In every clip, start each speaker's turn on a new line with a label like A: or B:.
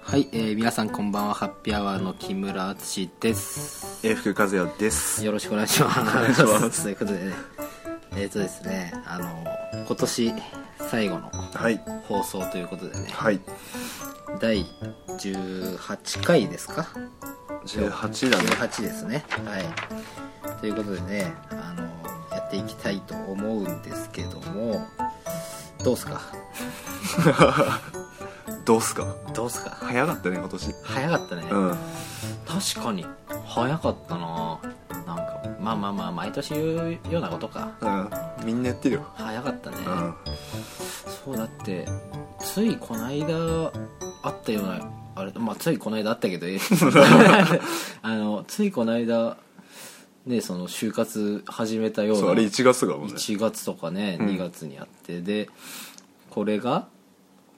A: はい、えー皆さんこんばんはハッピーアワーの木村敦です
B: えー福和也です
A: よろしくお願いしま
B: お願いします
A: ということでねえっ、とですねあの今年最後の
B: はい
A: 放送ということでね
B: はい
A: 第18回ですか
B: 18だね
A: 18ですねはいということでねあのやっていきたいと思うんですけどもどうすか
B: どうすか
A: どうすか
B: 早かったね今年
A: 早かったね、
B: うん
A: 確かに早かったななんかまあまあまあ毎年言うようなことか
B: うんみんなやってるよ
A: 早かったね、
B: うん
A: そうだってついこの間あったようなあれまあついこの間あったけど あのついこの間ねその就活始めたよう
B: そう
A: な
B: あれ1月だもんね
A: 1月とかね
B: うん
A: 2月にあって、でこれが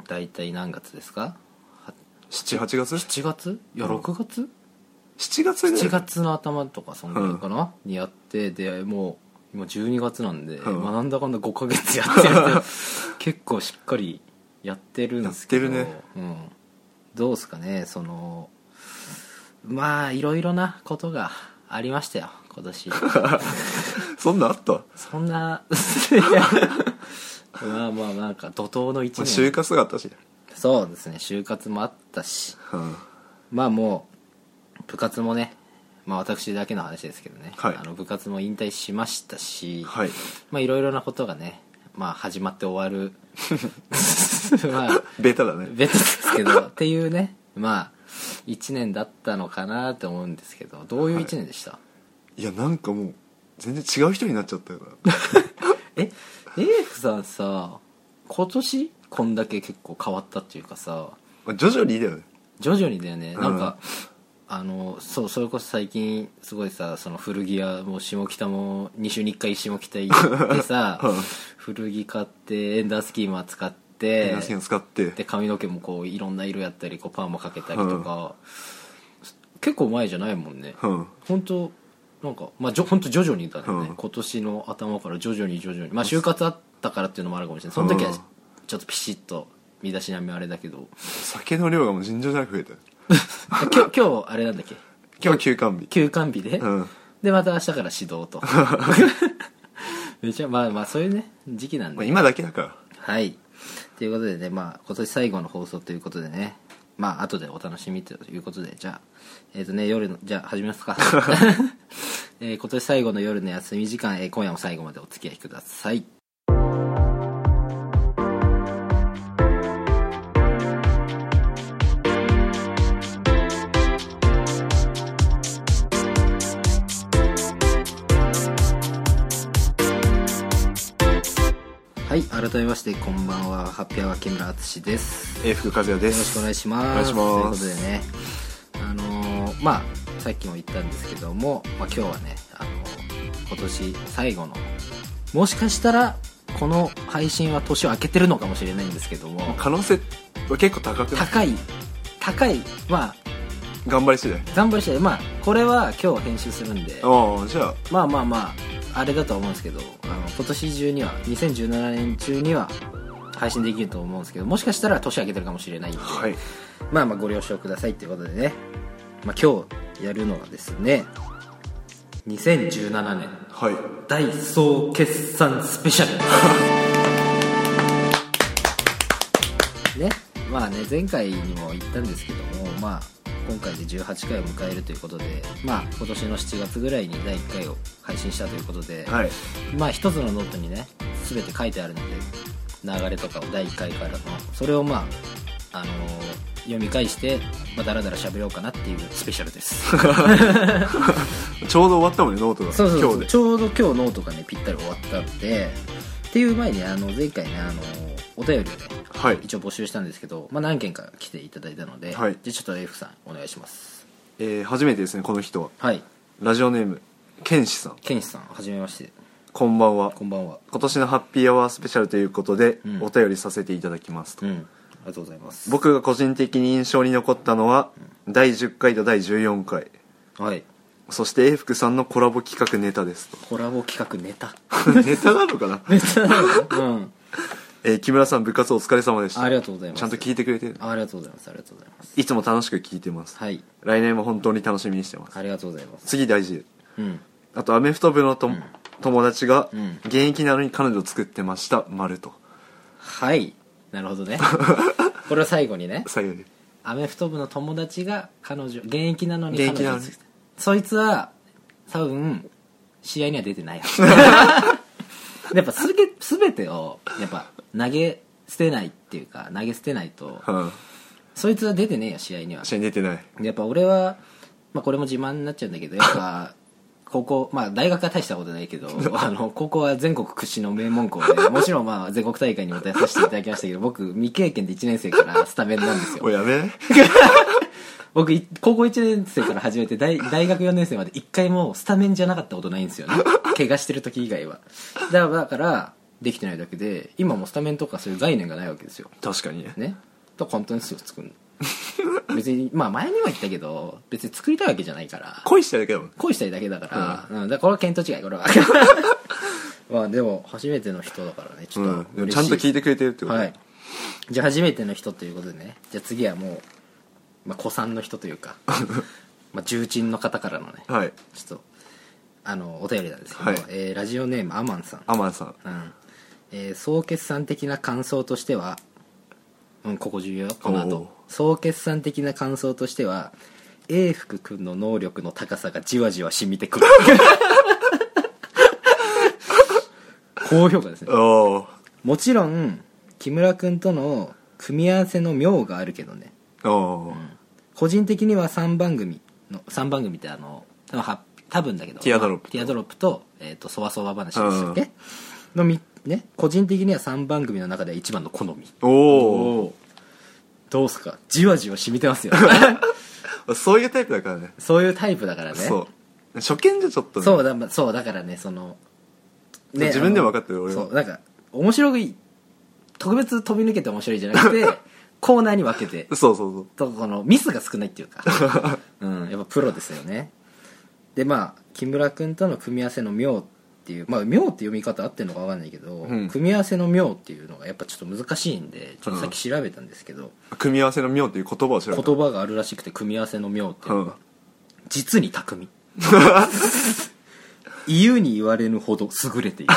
A: 大体何月ですかは
B: 78月
A: 7月いや6月、
B: 7月ぐらい
A: 7月の頭とかそんぐらいかな、にやってでもう今12月なんで、
B: うん
A: まあなんだかんだ5ヶ月やってる んで結構しっかりやってるんですけど
B: やってるね
A: うん、どうですかねそのまあいろいろなことがありましたよ今 年
B: そんなんあった、ま
A: そん なまあまあなんか怒涛の
B: あ、
A: 1
B: 就
A: 年
B: 活があったし、
A: そうですね就活もあったし
B: うん、
A: まあもう部活もね、まあ、私だけの話ですけどね、
B: はい
A: あの部活も引退しましたし、
B: はい
A: まあいろいろなことがね、まあ、始まって終 わるまあ
B: ベタだね
A: 別ですけどっていうねまあ1年だったのかなと思うんですけどどういう1年でした、
B: いやなんかもう全然違う人になっちゃったよ な
A: えエーフさんさ今年こんだけ結構変わったっていうかさ
B: まあ徐々にだよね
A: 徐々にだよね
B: ん
A: なんか、あのそうそれこそ最近すごいさその古着屋もう下北も2週に1回下北行ってさ、
B: うん
A: 古着買ってエンダースキーマー使って
B: エナスキンを使って
A: で髪の毛もこういろんな色やったりこうパーマかけたりとか、結構前じゃないもんね、
B: うん
A: 本当なんかまあじょ本当徐々にだね、
B: うん
A: 今年の頭から徐々に徐々にまあ就活あったからっていうのもあるかもしれないその時は
B: うん
A: ちょっとピシッと身だしなみあれだけど
B: 酒の量がもう尋常じゃなく増えたよ
A: 今日今日あれなんだっけ
B: 今日休館日
A: 休館日で、
B: うん
A: でまた明日から指導 とめちゃまあまあそういうね時期なん
B: まあ、
A: で、
B: 今だけだから
A: はいということでねまあ今年最後の放送ということでねまあ後でお楽しみということでじゃあえっ、とね夜のじゃあ始めます か、 えー今年最後の夜の休み時間、えー今夜も最後までお付き合いくださいはい改めましてこんばんはハッピーアワー木村敦です
B: えー福和也で
A: よろしく
B: す
A: お願いします。
B: お願いします
A: ということでね、あのーまあ、さっきも言ったんですけども、まあ、今日はね、あのー今年最後の、もしかしたら、この配信は年を明けてるのかもしれないんですけども、
B: 可能性は結構高くない
A: 高い、高い、まあ、
B: 頑張り次第
A: 頑張りして、まあ、これは今日編集するんで、
B: ああじゃあ
A: まあまあまあ、あれだとは思うんですけど、あの今年中には、2017年中には、配信できると思うんですけど、もしかしたら年明けてるかもしれないんで、
B: はい
A: まあまあご了承くださいということでね、まあ、今日やるのがですね2017年
B: はい
A: 大総決算スペシャルねまあね前回にも言ったんですけどもまあ今回で18回を迎えるということでまあ今年の7月ぐらいに第1回を配信したということで、
B: はい
A: まあ一つのノートにね全て書いてあるので流れとかを第1回からのそれをまあ、あのー読み返して、まあ、だらだら喋ろうかなっていうスペシャルです
B: ちょうど終わったもんねノートが
A: そうそうそう
B: 今日
A: ちょうど今日ノートがねぴったり終わったんでっていう前にあの前回ねあのーお便りをね
B: ではい
A: 一応募集したんですけど、まあ、何件か来ていただいたので、
B: はい
A: じゃあちょっと F さんお願いします
B: えー初めてですねこの人は
A: はい
B: ラジオネームケンシさん
A: ケンシさんはじめまして
B: こんばんは
A: こんばんは
B: 今年のハッピーアワースペシャルということで、
A: うん
B: お便りさせていただきますと、
A: うんありがとうございます
B: 僕が個人的に印象に残ったのは、第10回と第14回
A: はい
B: そして永福さんのコラボ企画ネタですと
A: コラボ企画 ネタ
B: ネタなのかな、
A: ネタなのうん
B: えー木村さん部活お疲れ様でした
A: ありがとうございます
B: ちゃんと聞いてくれてる
A: あありがとうございますありがとうございます
B: いつも楽しく聞いてます、
A: はい
B: 来年も本当に楽しみにしてます
A: ありがとうございます
B: 次大事
A: うん
B: あとアメフト部のと、友達が
A: うん
B: 現役なのに彼女を作ってました丸と
A: はいなるほど ねこれを最後にね
B: 最後に
A: アメフト部の友達が彼女現役なのに
B: 現
A: 彼
B: 役な
A: 女
B: の
A: を
B: に
A: 作ったそいつは多分試合には出てないはず やっぱすげ全てをやっぱ投げ捨てないっていうか投げ捨てないと
B: は
A: そいつは出てねえよ試合には
B: あ試合に出てない
A: やっぱ俺は、まあ、これも自慢になっちゃうんだけどやっぱ 高校まあ大学は大したことないけどあの高校は全国屈指の名門校でもちろんまあ全国大会にも出させていただきましたけど 僕未経験で1年生からスタメンなんです
B: お
A: よ
B: やめ
A: 僕い高校1年生から始めて大大学4年生まで1回もスタメンじゃなかったことないんですよね怪我してる時以外はだからだからできてないだけで今もうスタメンとかそういう概念がないわけですよ
B: 確かにね
A: ねと簡単にすぐ作るの別に まあ前には言ったけど別に作りたいわけじゃないから
B: 恋してるけど
A: 恋したいだけだから、うんだからこれは見当違いこ れはまあでも初めての人だからねち
B: う
A: ょっと、
B: んでも
A: 嬉し
B: ちゃんと聞い
A: て
B: てくれてるってこと、
A: はいじゃあ初めての人ということでねじゃあ次はもう、まあ、子さんの人という かまあ重鎮の方からのね
B: はい、
A: ちょっとあのお便りなんですけど、
B: はい
A: えーラジオネームアマンさん
B: アマンさん
A: うんえー総決算的な感想としては、うん、ここ重要よこの
B: おう
A: 後総決算的な感想としては永福君の能力の高さがじわじわ染みてくる高評価ですね
B: おー
A: もちろん木村君との組み合わせの妙があるけどね
B: おー、
A: 個人的には3番組の3番組ってあの多分は多分だけど
B: ティアドロップと
A: ティアドロップと,、えー、とそわそわ話でしたっけ、のみね個人的には3番組の中では一番の好み
B: お
A: おどうすかじわじわ染みてますよ
B: おそういうタイプだからね
A: そういうタイプだからね
B: そう初見じゃちょっとね
A: そうだまそうだからねその
B: 自分でも分かってる
A: あの
B: 俺は
A: そうなんか面白い特別飛び抜けて面白いじゃなくて コーナーに分けて
B: そうそうそう
A: とこのミスが少ないっていう か、うん、やっぱプロですよねでまあ木村君との組み合わせの妙っていうまあ妙って読み方合ってるのか分かんないけど、
B: うん
A: 組み合わせの妙っていうのがやっぱちょっと難しいんでちょっとさっき調べたんですけど、
B: 組み合わせの妙っていう言葉を知らない
A: 言葉があるらしくて組み合わせの妙っていう
B: う
A: の
B: ん
A: が、実に巧 み言うに言われぬほど優れている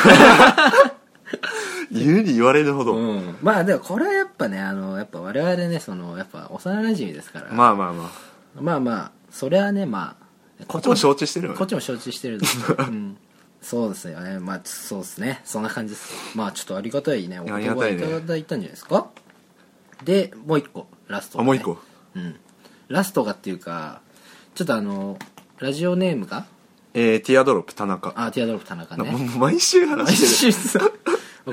B: 言うに言われるほど、
A: うん、まあでもこれはやっぱねあのやっぱ我々ねそのやっぱ幼なじみですから、
B: まあまあまあ
A: まあまあそれはねまあこ
B: こっちも承知してるよ ね
A: こっちも承知して るんですよ、うん、そうですよねまあそうですねそんな感じですまあちょっとありがたいねお言
B: ありがた
A: 葉
B: い
A: い
B: ね
A: ただいたんじゃないですか、でもう一個ラスト、
B: あもう一個
A: うんラストがっていうかちょっとあのラジオネームが
B: えー、ティアドロップ田中
A: あティアドロップ田中
B: もう
A: ね
B: 毎週話して
A: 毎
B: る
A: 週さ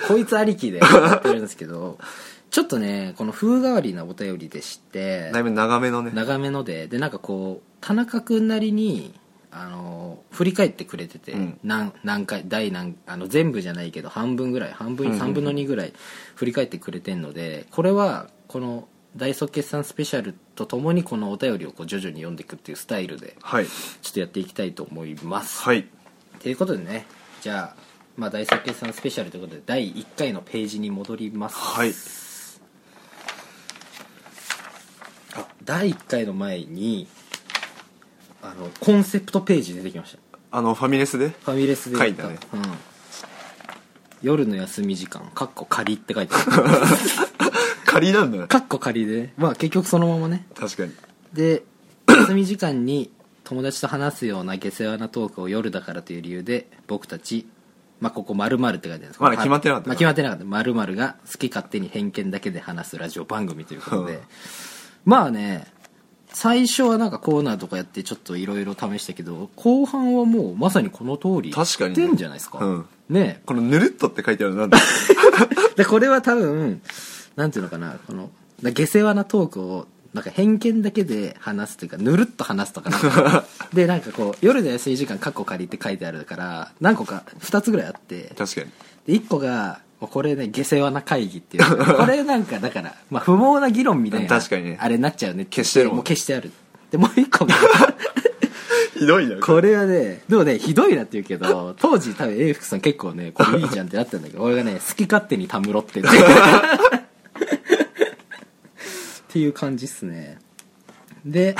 A: こいつありきでやってるんですけどちょっとねこの風変わりなお便りでして
B: だいぶ長めのね
A: 長めのででなんかこう田中君なりにあの振り返ってくれてて、
B: うん
A: 何何回第何あの全部じゃないけど半分ぐらい半分3分の2ぐらい振り返ってくれてるのでこれはこの大即決算スペシャルとともにこのお便りをこう徐々に読んでいくっていうスタイルで
B: はい
A: ちょっとやっていきたいと思います。
B: はい
A: ということでねじゃあ、まあ、大作決算スペシャルということで第1回のページに戻ります
B: はい
A: あ第1回の前にあのコンセプトページ出てきました
B: あのファミレスで
A: ファミレスでやった
B: 書
A: う
B: い
A: ん、夜の休み時間かっこ仮って書いてある
B: 仮なんだよ
A: かっこ仮でまあ結局そのままね
B: 確かに
A: で 休み時間に友達と話すような下世話なトークを夜だからという理由で僕たちまあここ〇〇って書いてあるんですけど
B: まだ決まってなかった
A: まあ、決まってなかった〇〇が好き勝手に偏見だけで話すラジオ番組ということで、まあね最初はなんかコーナーとかやってちょっといろいろ試したけど後半はもうまさにこの通り
B: 確かにね
A: やってんじゃないですか
B: うん
A: ね
B: この「ぬるっと」って書いてあるのなんだ
A: でこれは多分なんていうのかなこのだ下世話なトークをなんか偏見だけで話すというかぬるっと話すとかなん かでなんかこう夜の休み時間過去借りって書いてあるから何個か2つぐらいあって
B: 確かに
A: で1個がもうこれね下世話な会議っていう これなんかだから、まあ、不毛な議論みたいな
B: 確かにね
A: あれになっちゃうねって
B: 消してるもん
A: もう消してあるでもう1個が
B: いひどいな
A: これはねでもねひどいなって言うけ ど当時多分永福さん結構ねこれいいじゃんってなったんだけど俺がね好き勝手にたむろってねっていう感じっすねで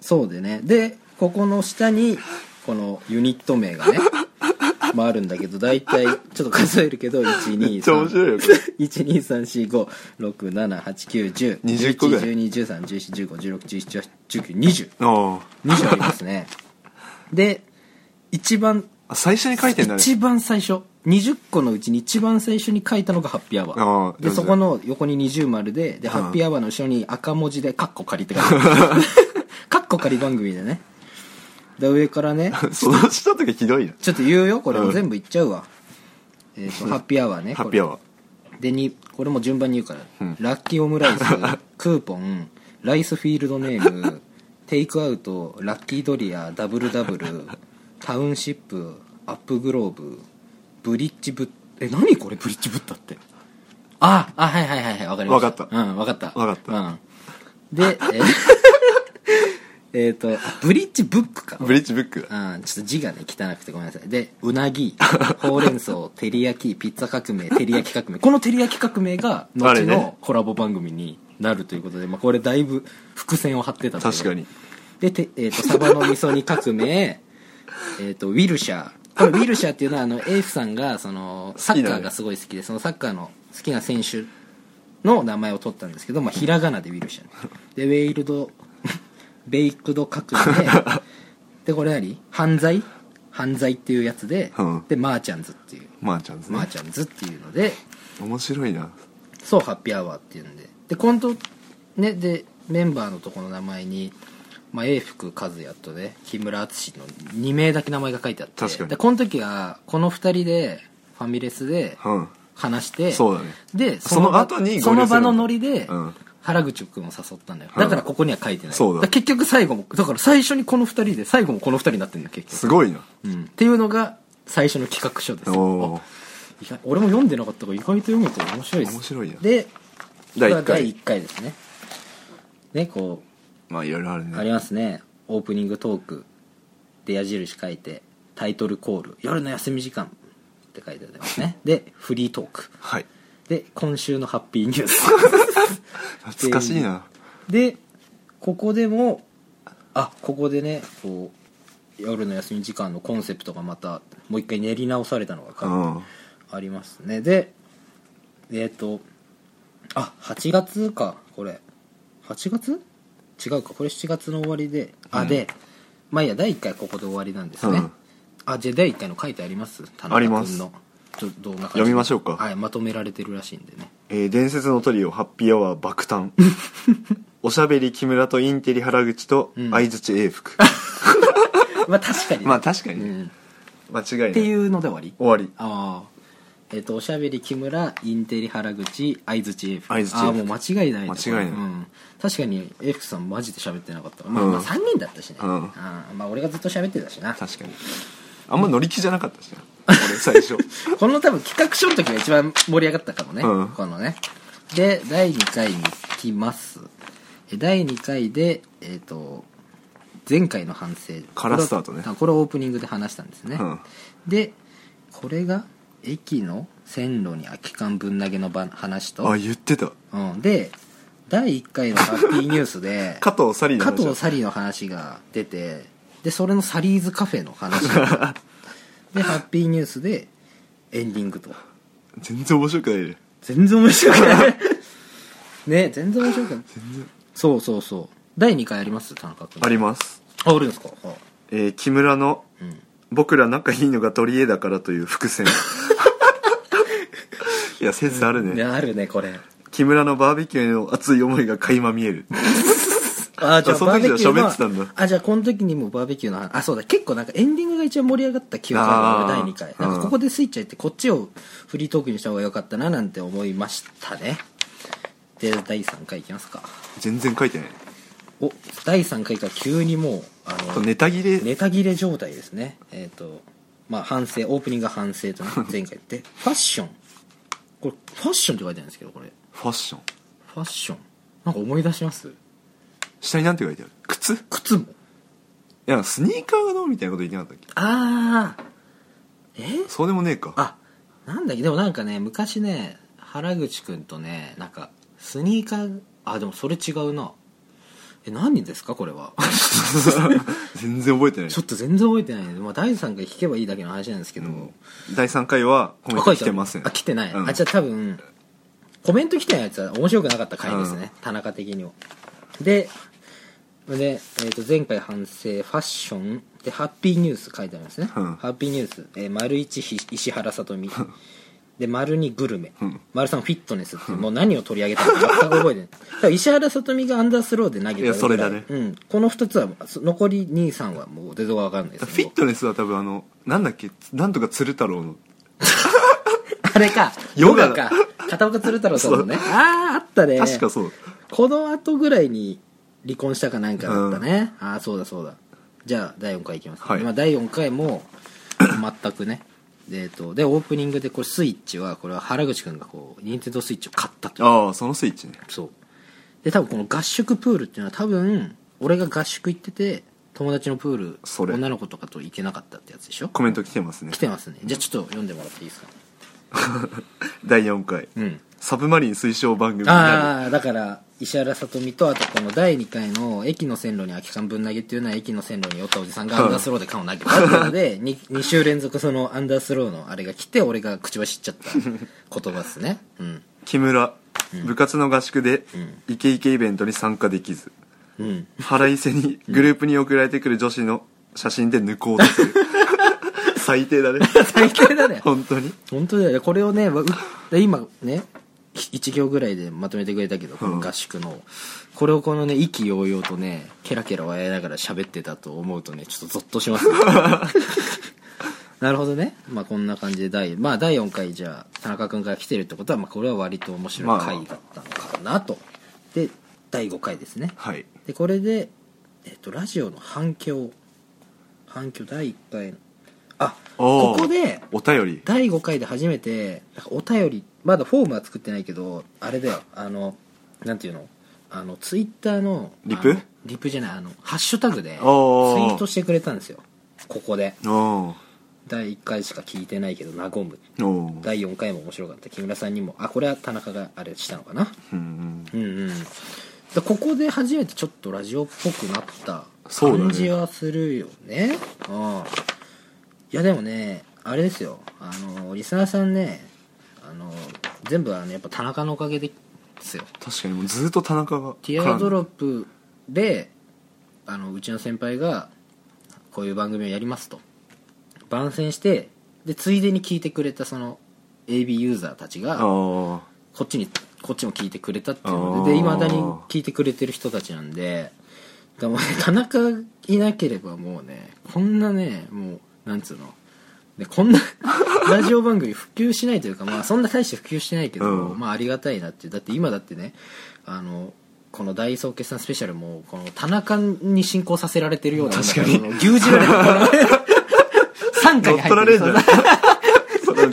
A: そうでねでここの下にこのユニット名がねまああるんだけど大体ちょっと数えるけど
B: めっちゃ面
A: 123
B: 白いよこれ
A: 1 2 3 4 5 6 7 8 9 1 0 1 1
B: 20個ぐらい
A: 1 2 1 3 1 4 1 5 1 6 1 7 1 9 2 0
B: あ
A: 2種ありますねで一番
B: あ最初に書いてんだね
A: 一番最初20個のうちに一番最初に書いたのがハッピーアワ
B: あ
A: ー
B: ー
A: で
B: どうぞ
A: そこの横に二重丸でで、ハッピーアワーの後ろに赤文字で「カッコ仮」って書いてある カッコ仮番組でねで上からね
B: その下とかひどいな
A: ちょっと言うよこれ
B: う
A: も
B: ん
A: 全部言っちゃうわ、えっ、とハッピーアワーね
B: ハッピーア
A: こ
B: ワ
A: れでにこれも順番に言うから、
B: ん
A: ラッキーオム ライスクーポンライスフィールドネームテイクアウトラッキードリアダブルダブルタウンシップアップグローブブリッジブッえ何これブリッジブッダってああはいはいはいはいわかりました
B: わかっ
A: うんわかった
B: わかった
A: うん、でえー えっとあブリッジブックか
B: ーブリッジブックだ
A: うん、ちょっと字がね汚くてごめんなさいでうなぎほうれん草照り焼きピッツァ革命照り焼き革命この照り焼き革命が
B: あ
A: 後
B: れね
A: のコラボ番組になるということで、まあ、これだいぶ伏線を張ってたんだけど
B: 確かに
A: でて、えー、とサバの味噌煮革命 えーとウィルシャーこれウィルシャーっていうのはあのエイフさんがそのサッカーがすごい好きでそのサッカーの好きな選手の名前を取ったんですけど、まあ、ひらがなでウィルシャーね、でウェイルド ベイクド革 命でこれ何犯罪犯罪っていうやつで、
B: うん
A: でマーチャンズっていう、
B: まあちゃんです
A: マー
B: ね
A: チャンズっていうので
B: 面白いな
A: そうハッピーアワーっていうんでで今度ねでメンバーのとこの名前に、まあ、永福和也とね木村淳の2名だけ名前が書いてあって
B: 確かに
A: でこの時はこの2人でファミレスで
B: うん
A: 話して
B: そうだね
A: で
B: その後に
A: その場その場のノ
B: 合流
A: リ
B: する
A: で、
B: うん
A: 原口君を誘ったんだよ
B: うん
A: だからここには書いてない、
B: そうだ
A: から結局最後もだから最初にこの2人で最後もこの2人になってるんだよ結
B: すごいな
A: 局、うん、っていうのが最初の企画書ですよ
B: おお
A: 意外俺も読んでなかったから意外と読むと面白いです
B: 面白いな
A: で
B: 第一回
A: これは第1回ですねねこ
B: まあいろいろある
A: う、
B: ね
A: ありますねオープニングトークで矢印書いてタイトルコール「夜の休み時間」って書いてありますねでフリートーク
B: はい
A: で今週のハッピーニュー ス
B: 懐かしいな
A: でここでもあここでねこう夜の休み時間のコンセプトがまたもう一回練り直されたのが
B: う
A: 書いて
B: ん
A: ありますねでえっ、とあ8月かこれ8月違うかこれ7月の終わりであ、
B: うん
A: でまあいいや第1回ここで終わりなんですね、
B: うん
A: あじゃあ第1回の書いてあります田
B: あ
A: 中
B: り
A: 君
B: ま
A: の
B: す
A: ちょどんな感じ
B: 読みましょうか
A: はいまとめられてるらしいんでね
B: えー伝説のトリオハッピーアワー爆誕 おしゃべり木村とインテリ原口と
A: うん
B: 相づち永福
A: まあ確かにね、
B: まあ確かに
A: う
B: ね
A: ん、っ
B: 間違いな
A: て
B: い
A: いうので終わり
B: 終わり
A: ああえっ、とおしゃべり木村インテリ原口相づち F
B: 相槌 F
A: ああもう間違いないね
B: 間違いない
A: うん、確かに F さんマジで喋ってなかったまあ、まあ
B: うん
A: 3人だったしね、
B: うん
A: ああまあ俺がずっと喋ってたしな
B: 確かにあんま乗り気じゃなかったしな俺最 初
A: この多分企画書の時が一番盛り上がったかもね、
B: うん
A: このねで第2回に行きますえ第2回でえっ、と前回の反省
B: からスタートね
A: これをこれをオープニングで話したんですね、
B: うん
A: でこれが駅の線路に空き缶ぶん投げのば話と
B: あ、言ってた
A: うん、で第1回のハッピーニュース で
B: 加藤サリーの
A: 加
B: 話だ
A: 藤サリーの話が出てでそれのサリーズカフェの話 でハッピーニュースでエンディングと
B: 全然面白くないね
A: 全然面白くない ね全然面白くないそうそうそう第2回あります田中君
B: あります
A: ああるんですかは
B: えー木村の
A: いうん
B: 「僕ら仲いいのが取り柄だから」という伏 線いやセンスある
A: ね
B: ね
A: あるねこれ
B: 木村のバーベキューへの熱い思いが垣間見える
A: あーじゃあ
B: あその時
A: バー
B: は
A: ベキューの
B: 喋ってたんだ
A: あじゃあこの時にもバーベキューの話あそうだ結構なんかエンディングが一番盛り上がった記憶がある
B: あー
A: 俺第2回なん
B: う
A: か
B: ん
A: ここでスイッチ入ってこっちをフリートークにした方が良かったななんて思いましたねで第3回いきますか
B: 全然書いてない
A: お第3回から急にもうあ
B: あと
A: の
B: ネタ切れ
A: ネタ切れ状態ですねえっ、とまあ反省オープニングが反省 とね前回言ってファッションこれファッションって書いてあるんですけどこれ
B: ファッション
A: ファッションなんか思い出します
B: 下になんて書いてある靴
A: 靴も
B: やスニーカーがどうみたいなこと言ってなかったっけ
A: ああえ
B: そうでもねえか
A: あなんだっけでもなんかね昔ね原口くんとねなんかスニーカーあでもそれ違うなえ何ですかこれは
B: 全然覚えてない
A: ちょっと全然覚えてないね、まあ、大地さんが弾けばいいだけの話なんですけど、
B: 第3回はコメン
A: あ書
B: ト
A: い
B: 来
A: あ
B: て
A: る
B: ません
A: あ来てない、
B: うん
A: あじゃあ多分コメント来てないやつは面白くなかった回ですね、田中的にもでで、えー、と前回反省ファッションでハッピーニュース書いてありますね、
B: うん
A: ハッピーニュース、えー丸一ひ石原さとみで丸二グルメ、
B: うん
A: 丸三フィットネスってもう何を取り上げたのか全く覚 えてないだから石原さとみがアンダースローで投げたぐら
B: いやそれだね
A: うん、この2つはそ残り23はもう出どが分かんないです
B: フィットネスは多分あのなんだっけなんとか鶴太郎の
A: あれか。ヨ
B: ヨガ
A: ガか。片岡鶴太郎さんのね。ああ、あったね。
B: 確かそう、
A: この後ぐらいに離婚したかなんかだったね。ああ、そうだそうだ。じゃあ、第4回いきます。
B: はい
A: まあ、第4回 も、全くね。で、えっと、で、オープニングで、これ、スイッチは、これは原口くんがこう、ニンテンドースイッチを買ったと。
B: ああそのスイッチね
A: そう。で、多分この合宿プールっていうのは、多分、俺が合宿行ってて、友達のプール、
B: それ
A: 女の子とかと行けなかったってやつでしょ
B: コメント来てますね
A: 来てますね。じゃあ、ちょっと読んでもらっていいですか
B: 第4回、
A: うん。
B: サブマリン推奨番組になる
A: ああだから石原さとみとあとこの第2回の駅の線路に空き缶ぶん投げっていうのは駅の線路に寄ったおじさんがアンダースローで缶を投げたっていうの で 2, 週連続そのアンダースローのあれが来て俺が口走っちゃった言葉っすねうん
B: 木村、部活の合宿でイケイケイベントに参加できず
A: うん
B: 腹いせにグループに送られてくる女子の写真で抜こうとする最低だね
A: 最低だね
B: 本当に
A: 本当だよねこれをねわうで今ね1行ぐらいでまとめてくれたけどこの合宿の、これをこのね意気揚々とねケラケラ笑いながら喋ってたと思うとねちょっとゾッとし ます、ね、なるほどねまあこんな感じで第,、まあ、第4回じゃあ田中君から来てるってことは、まあ、これは割と面白い回だったのかなと、で第5回ですね
B: はい
A: でこれで、えっとラジオの反響反響第1回のあこ
B: おー
A: こで
B: お便り
A: 第5回で初めてなんかお便りまだフォームは作ってないけどあれだよあのなんていうのあのツイッターの
B: リプ
A: あのリプじゃないあのハッシュタグでツイ
B: おー
A: ートしてくれたんですよここで
B: お
A: 第1回しか聞いてないけど和む
B: ーおー
A: 第4回も面白かった木村さんにもあこれは田中があれしたのかな
B: うん
A: うんうんでここで初めてちょっとラジオっぽくなった
B: そうだね
A: 感じはするよねああいやでもねあれですよあのリスナーさんねあの全部あのやっぱ田中のおかげですよ
B: 確かにもうずっと田中が
A: ティアドロップであのうちの先輩がこういう番組をやりますと番宣してでついでに聞いてくれたその AB ユーザーたちが
B: ああ
A: こっちにこっちも聞いてくれたっていうので
B: あー
A: いまだに聞いてくれてる人たちなんでだからもうね田中いなければもうねこんなねもうなんつうの、ね、こん なラジオ番組普及しないというか、まあ、そんな大して普及してないけど、
B: うん
A: まあ、ありがたいなっていうだって今だってねあのこの大総決算スペシャルもこの田中に進行させられてるような
B: 確かに
A: ものが牛耳られ てる傘下
B: 乗
A: に
B: っ
A: 入
B: 取
A: っ
B: ら
A: て
B: れ
A: る
B: んじゃんそのう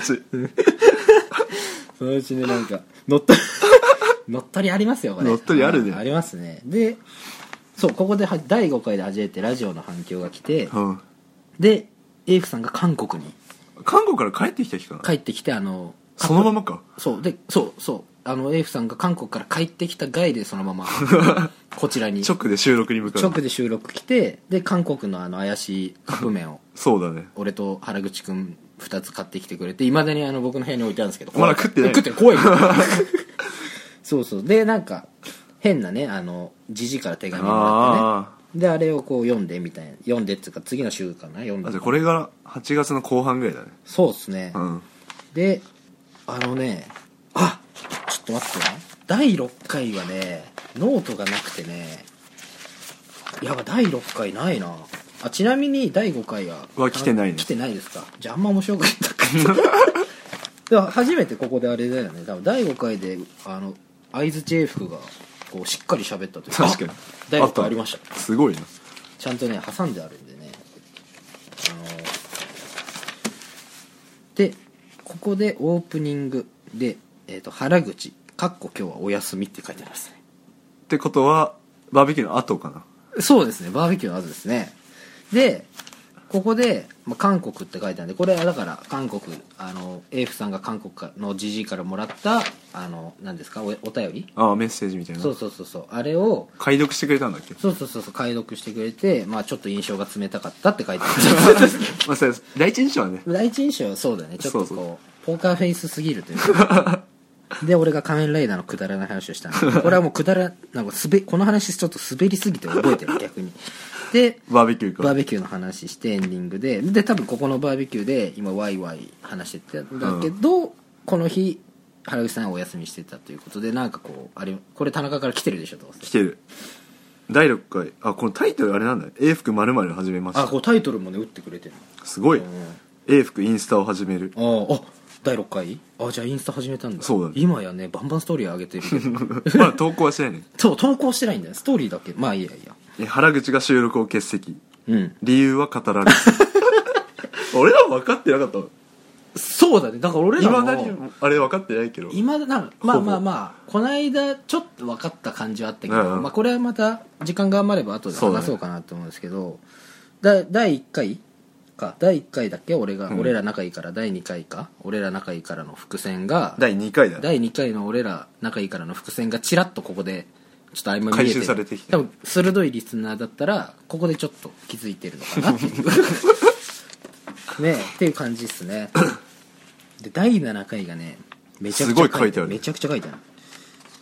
B: ち
A: そのうちねなんか乗っ取り 乗っ取りありますよこれ
B: 乗っ取りあるね
A: ありますねでそうここでは第5回で初めてラジオの反響が来て
B: うん
A: でエイフさんが韓国に
B: 韓国から帰ってきた日かな
A: 帰ってきてあの
B: そのままか
A: そうでそうそうあのエイフさんが韓国から帰ってきた外でそのま まこちらに
B: 直で収録に向か
A: 直
B: う
A: で収録来てで韓国のあの怪しいカップ麺を
B: そうだね
A: 俺と原口くん2つ買ってきてくれていまだにあの僕の部屋に置いてあるんですけど
B: まだ食ってない
A: 食って怖い からそうそうでなんか変なねあのじじから手紙もら
B: あ
A: ってねであれをこう読んでみたいな読んでっていうか次の週かな読ん
B: ーあじ
A: で
B: ゃあこれが8月の後半ぐらいだね
A: そうっすね、
B: うん
A: であのねあちょっと待ってね第6回はねノートがなくてねやばい第6回ないなあちなみに第5回は
B: は来てないね
A: あ来てないですかじゃああんま面白くなかった でも初めてここであれだよね多分第5回であの会津 J 服がこうしっかり喋ったという
B: 確かに
A: あ第6回ありました
B: たすごいな
A: ちゃんとね挟んであるんでねあのでここでオープニングで「えー、と原口」かっこ今日はお休みって書いてありますね
B: ってことはバーベキューの後かな
A: そうですねバーベキューの後ですねでここで、まあ、韓国って書いてあるんでこれはだから韓国あのエイフさんが韓国かのじじいからもらったあの何ですかおお便り
B: ああメッセージみたいな
A: そうそうそうそうあれを
B: 解読してくれた んだっけ
A: そうそうそうそう解読してくれて、まあ、ちょっと印象が冷たかったって書いてあ
B: まあそれ第一印象はね
A: る第一印象はそうだねちょっとこう
B: そうそ
A: ポーカーフェイスすぎるというか で俺が仮面ライダーのくだらない話をしたんでこれはもうくだらなんかすべこの話ちょっと滑りすぎて覚えてる逆にで
B: バーベキューか
A: バーベキューの話してエンディングでで多分ここのバーベキューで今ワイワイ話してたんだけど、この日原口さんはお休みしてたということでなんかこうあれこれ田中から来てるでしょどうせ
B: 来てる第6回あこのタイトルあれなんだよ「A 服まる始めまし
A: あこうタイトルもね打ってくれてる
B: た」すごい
A: うん
B: 「A 服インスタを始める
A: あーあ第6回あじゃあインスタ始めたんだ
B: そうだね
A: 今やねバンバンストーリー上げてるけ ど」
B: まだ投稿はしてないね
A: そう投稿してないんだよストーリーだけまあいいやいいや
B: え原口が収録を欠席
A: うん
B: 理由は語ら れず俺らも分かってなかったわ
A: そうだねだから俺ら
B: 今
A: も
B: なりあれ分かってないけど
A: 今だなんかまあまあまあこの間ちょっと分かった感じはあったけど、
B: うんうん
A: まあ、これはまた時間が余れば後で
B: そうだ
A: 話
B: ね
A: そうかなと思うんですけど、だ第1回か第1回だっけ俺が、
B: うん
A: 俺ら仲いいから第2回か俺ら仲いいからの伏線が
B: 第2回だ
A: 第2回の俺ら仲いいからの伏線がちらっとここでちょっと合間見えてる
B: 回収されてきて
A: 多分鋭いリスナーだったらここでちょっと気づいてるのかなっていう ねえっていう感じですねで第7回がねめちゃくちゃ
B: すごい書いてある
A: めちゃくちゃ書いてあ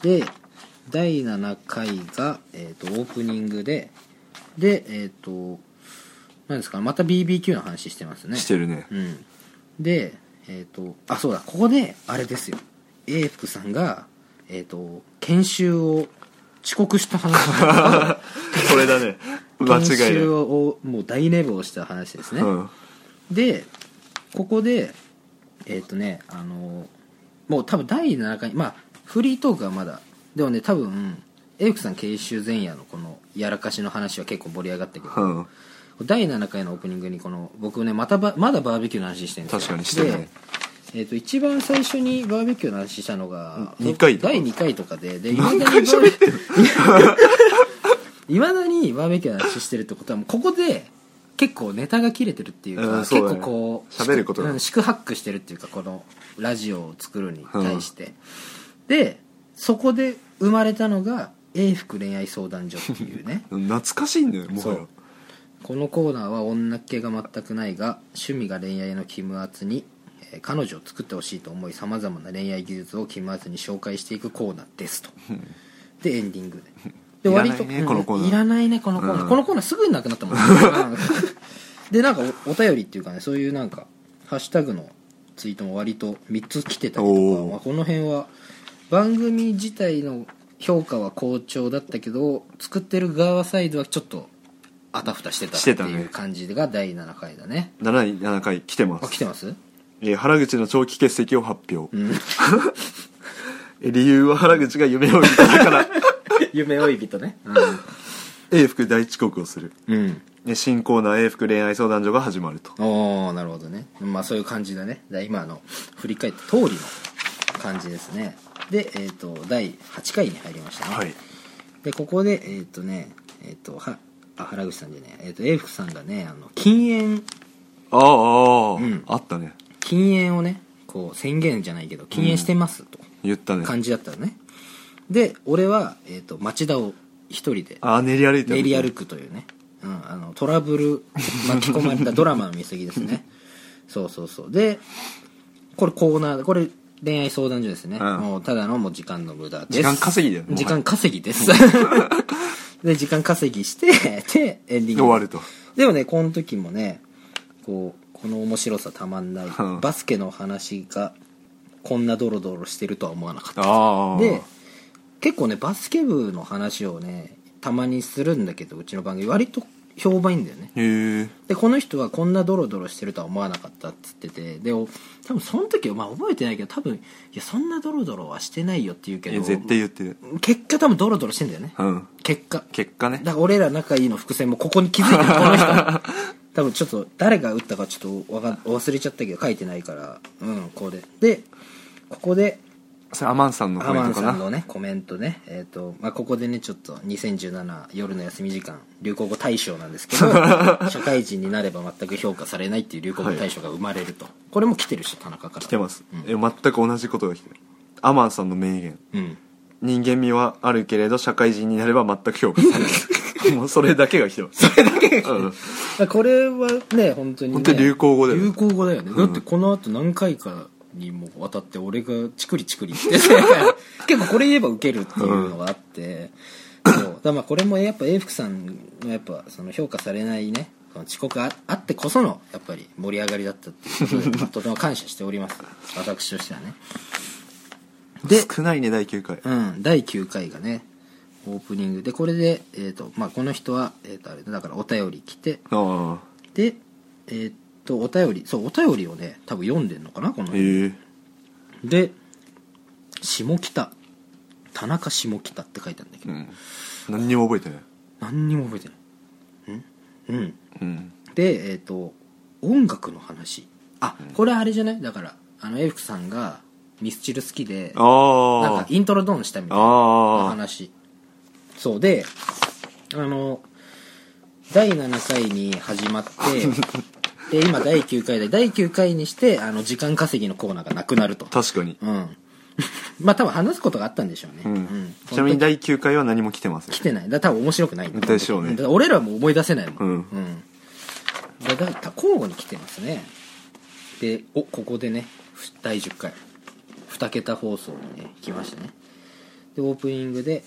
A: るで第7回が、えー、とオープニングででえっ、と何ですかまた BBQ の話してますね
B: してるね
A: うん、でえっ、とあそうだここであれですよ永福さんが、えっと研修を遅刻した 話
B: これだね間
A: 研
B: 違いない
A: 修をもう大寝坊した話ですね、
B: うん
A: でここでえっ、とねあのもう多分第7回まあフリートークはまだでもね多分永福さん研修前夜のこのやらかしの話は結構盛り上がったけど、
B: うん
A: 第7回のオープニングにこの僕ねまたばまだバーベキューの話してるんですよ
B: 確かにしてるね
A: でえー、と一番最初にバーベキューの話したのが
B: に二回とか
A: 第2回とかででいまだにバーベ いまだにバーベキューの話してるってことはもうここで結構ネタが切れてるっていうか、
B: うん
A: 結
B: そうだね
A: 構こう
B: 喋ることが
A: うん、四苦八苦してるっていうかこのラジオを作るに対して、でそこで生まれたのが永福恋愛相談所っていうね
B: 懐かしいんだよもは
A: そ
B: や
A: うこのコーナーは女っ気が全くないが趣味が恋愛のキムアツに、えー彼女を作ってほしいと思いさまざまな恋愛技術をキムアツに紹介していくコーナーです とでエンディングでで
B: いらないね
A: うん
B: このコーナー
A: いらないねこのコーナー、
B: うん
A: このコーナーすぐになくなったもん、ね、 でなんかおお便りっていうかねそういうなんかハッシュタグのツイートも割と3つ来てたりとか、
B: おー
A: まあ、この辺は番組自体の評価は好調だったけど作ってる側サイドはちょっとあたふたしてたって
B: してた
A: い
B: ね
A: う感じが第7回だね
B: 7 7回来てま
A: あ
B: す
A: 来てます
B: えー原口の長期欠席を発表、
A: ん
B: え理由は原口が夢を見たから
A: 夢追い人ね
B: A 服大遅刻をする
A: うん、
B: で新コーナー A 服恋愛相談所が始まると
A: おおなるほどねまあそういう感じだねだ今の振り返った通りの感じですねでえっ、と第8回に入りましたね、
B: はい
A: でここでえっ、とねえっ、とはあ原口さんでねえっ、と英福さんがねあの禁煙
B: ああああ、
A: ん
B: あったね
A: 禁煙をねこう宣言じゃないけど禁煙してますと、
B: 言ったね
A: 感じだったのねで俺は、えー、と町田を一人で
B: ああ練り歩いて
A: 練り歩くというね、うん、あのトラブル巻き込まれたドラマの見過ぎです ねそうそうそうでこれコーナーこれ恋愛相談所ですね、
B: うん
A: もうただのもう時間の無駄です
B: 時間稼ぎだよもはや
A: 時間稼ぎです で時間稼ぎして でエンディング
B: 終わると
A: でもねこの時もねこうこの面白さたまんない、
B: うん
A: バスケの話がこんなドロドロしてるとは思わなかった
B: ああ
A: で結構ねバスケ部の話をねたまにするんだけどうちの番組割と評判いいんだよね
B: へえ
A: でこの人はこんなドロドロしてるとは思わなかったっつっててでお多分その時は、まあ、覚えてないけど多分いやそんなドロドロはしてないよって言うけ
B: いや
A: ど
B: 絶対言ってる
A: 結果多分ドロドロしてんだよね、
B: うん
A: 結果
B: 結果ね
A: だから俺ら仲いいの伏線もここに気づいてるこの 人多分ちょっと誰が打ったかちょっとわかん忘れちゃったけど書いてないからうんこれでここで
B: それアマンさんのコ
A: ア
B: メ
A: マ
B: ン
A: ン
B: トか
A: さん
B: な
A: のねコメントね、えーとまあ、ここでねちょっと2017夜の休み時間流行語大賞なんですけ ど社会人になれば全く評価されないっていう流行語大賞が生まれると、これも来てるし田中から
B: 来てます、え全く同じことが来てるアマンさんの名言
A: うん
B: 人間味はあるけれど社会人になれば全く評価され ないもうそれだけが来てますそれだけうん、
A: これはね本当に、ね、
B: 本当に流行語だよね
A: 流行語だよね、だってこの後何回かにもわたって俺がチクリチクリ言って て結構これ言えばウケるっていうのがあって、そうだからまあこれもやっぱ永福さんのやっぱその評価されないねその遅刻ああってこそのやっぱり盛り上がりだったっていうことで、ま あとても感謝しております私としてはねで
B: 少ないね第9回
A: うん、第9回がねオープニングでこれで、えーとまあ、この人は、えー、とあれだからお便り来て
B: ああ
A: でえーっとお便りそうお便りをね多分読んでんのかなこの、
B: ええ
A: で「下北」「田中下北」って書いてあるんだけど、
B: うん何にも覚えてない
A: 何にも覚えてないんうん
B: うん
A: でえーっと音楽の話あこれあれじゃないだからあのエルクさんがミスチル好きで
B: ああ
A: なんかイントロドンしたみたいなの
B: ああ
A: 話そうであの第7回に始まって で今第9回で第9回にしてあの時間稼ぎのコーナーがなくなると
B: 確かに、
A: うん まあ多分話すことがあったんでしょうね、
B: うん
A: うん
B: ちなみに第9回は何も来てません
A: 来てないだから多分面白くない
B: でしょうね
A: んだから俺らも思い出せないもん
B: うん
A: うん、だだだ交互に来てますねでおここでねふ第10回2桁放送にね来ましたねでオープニングで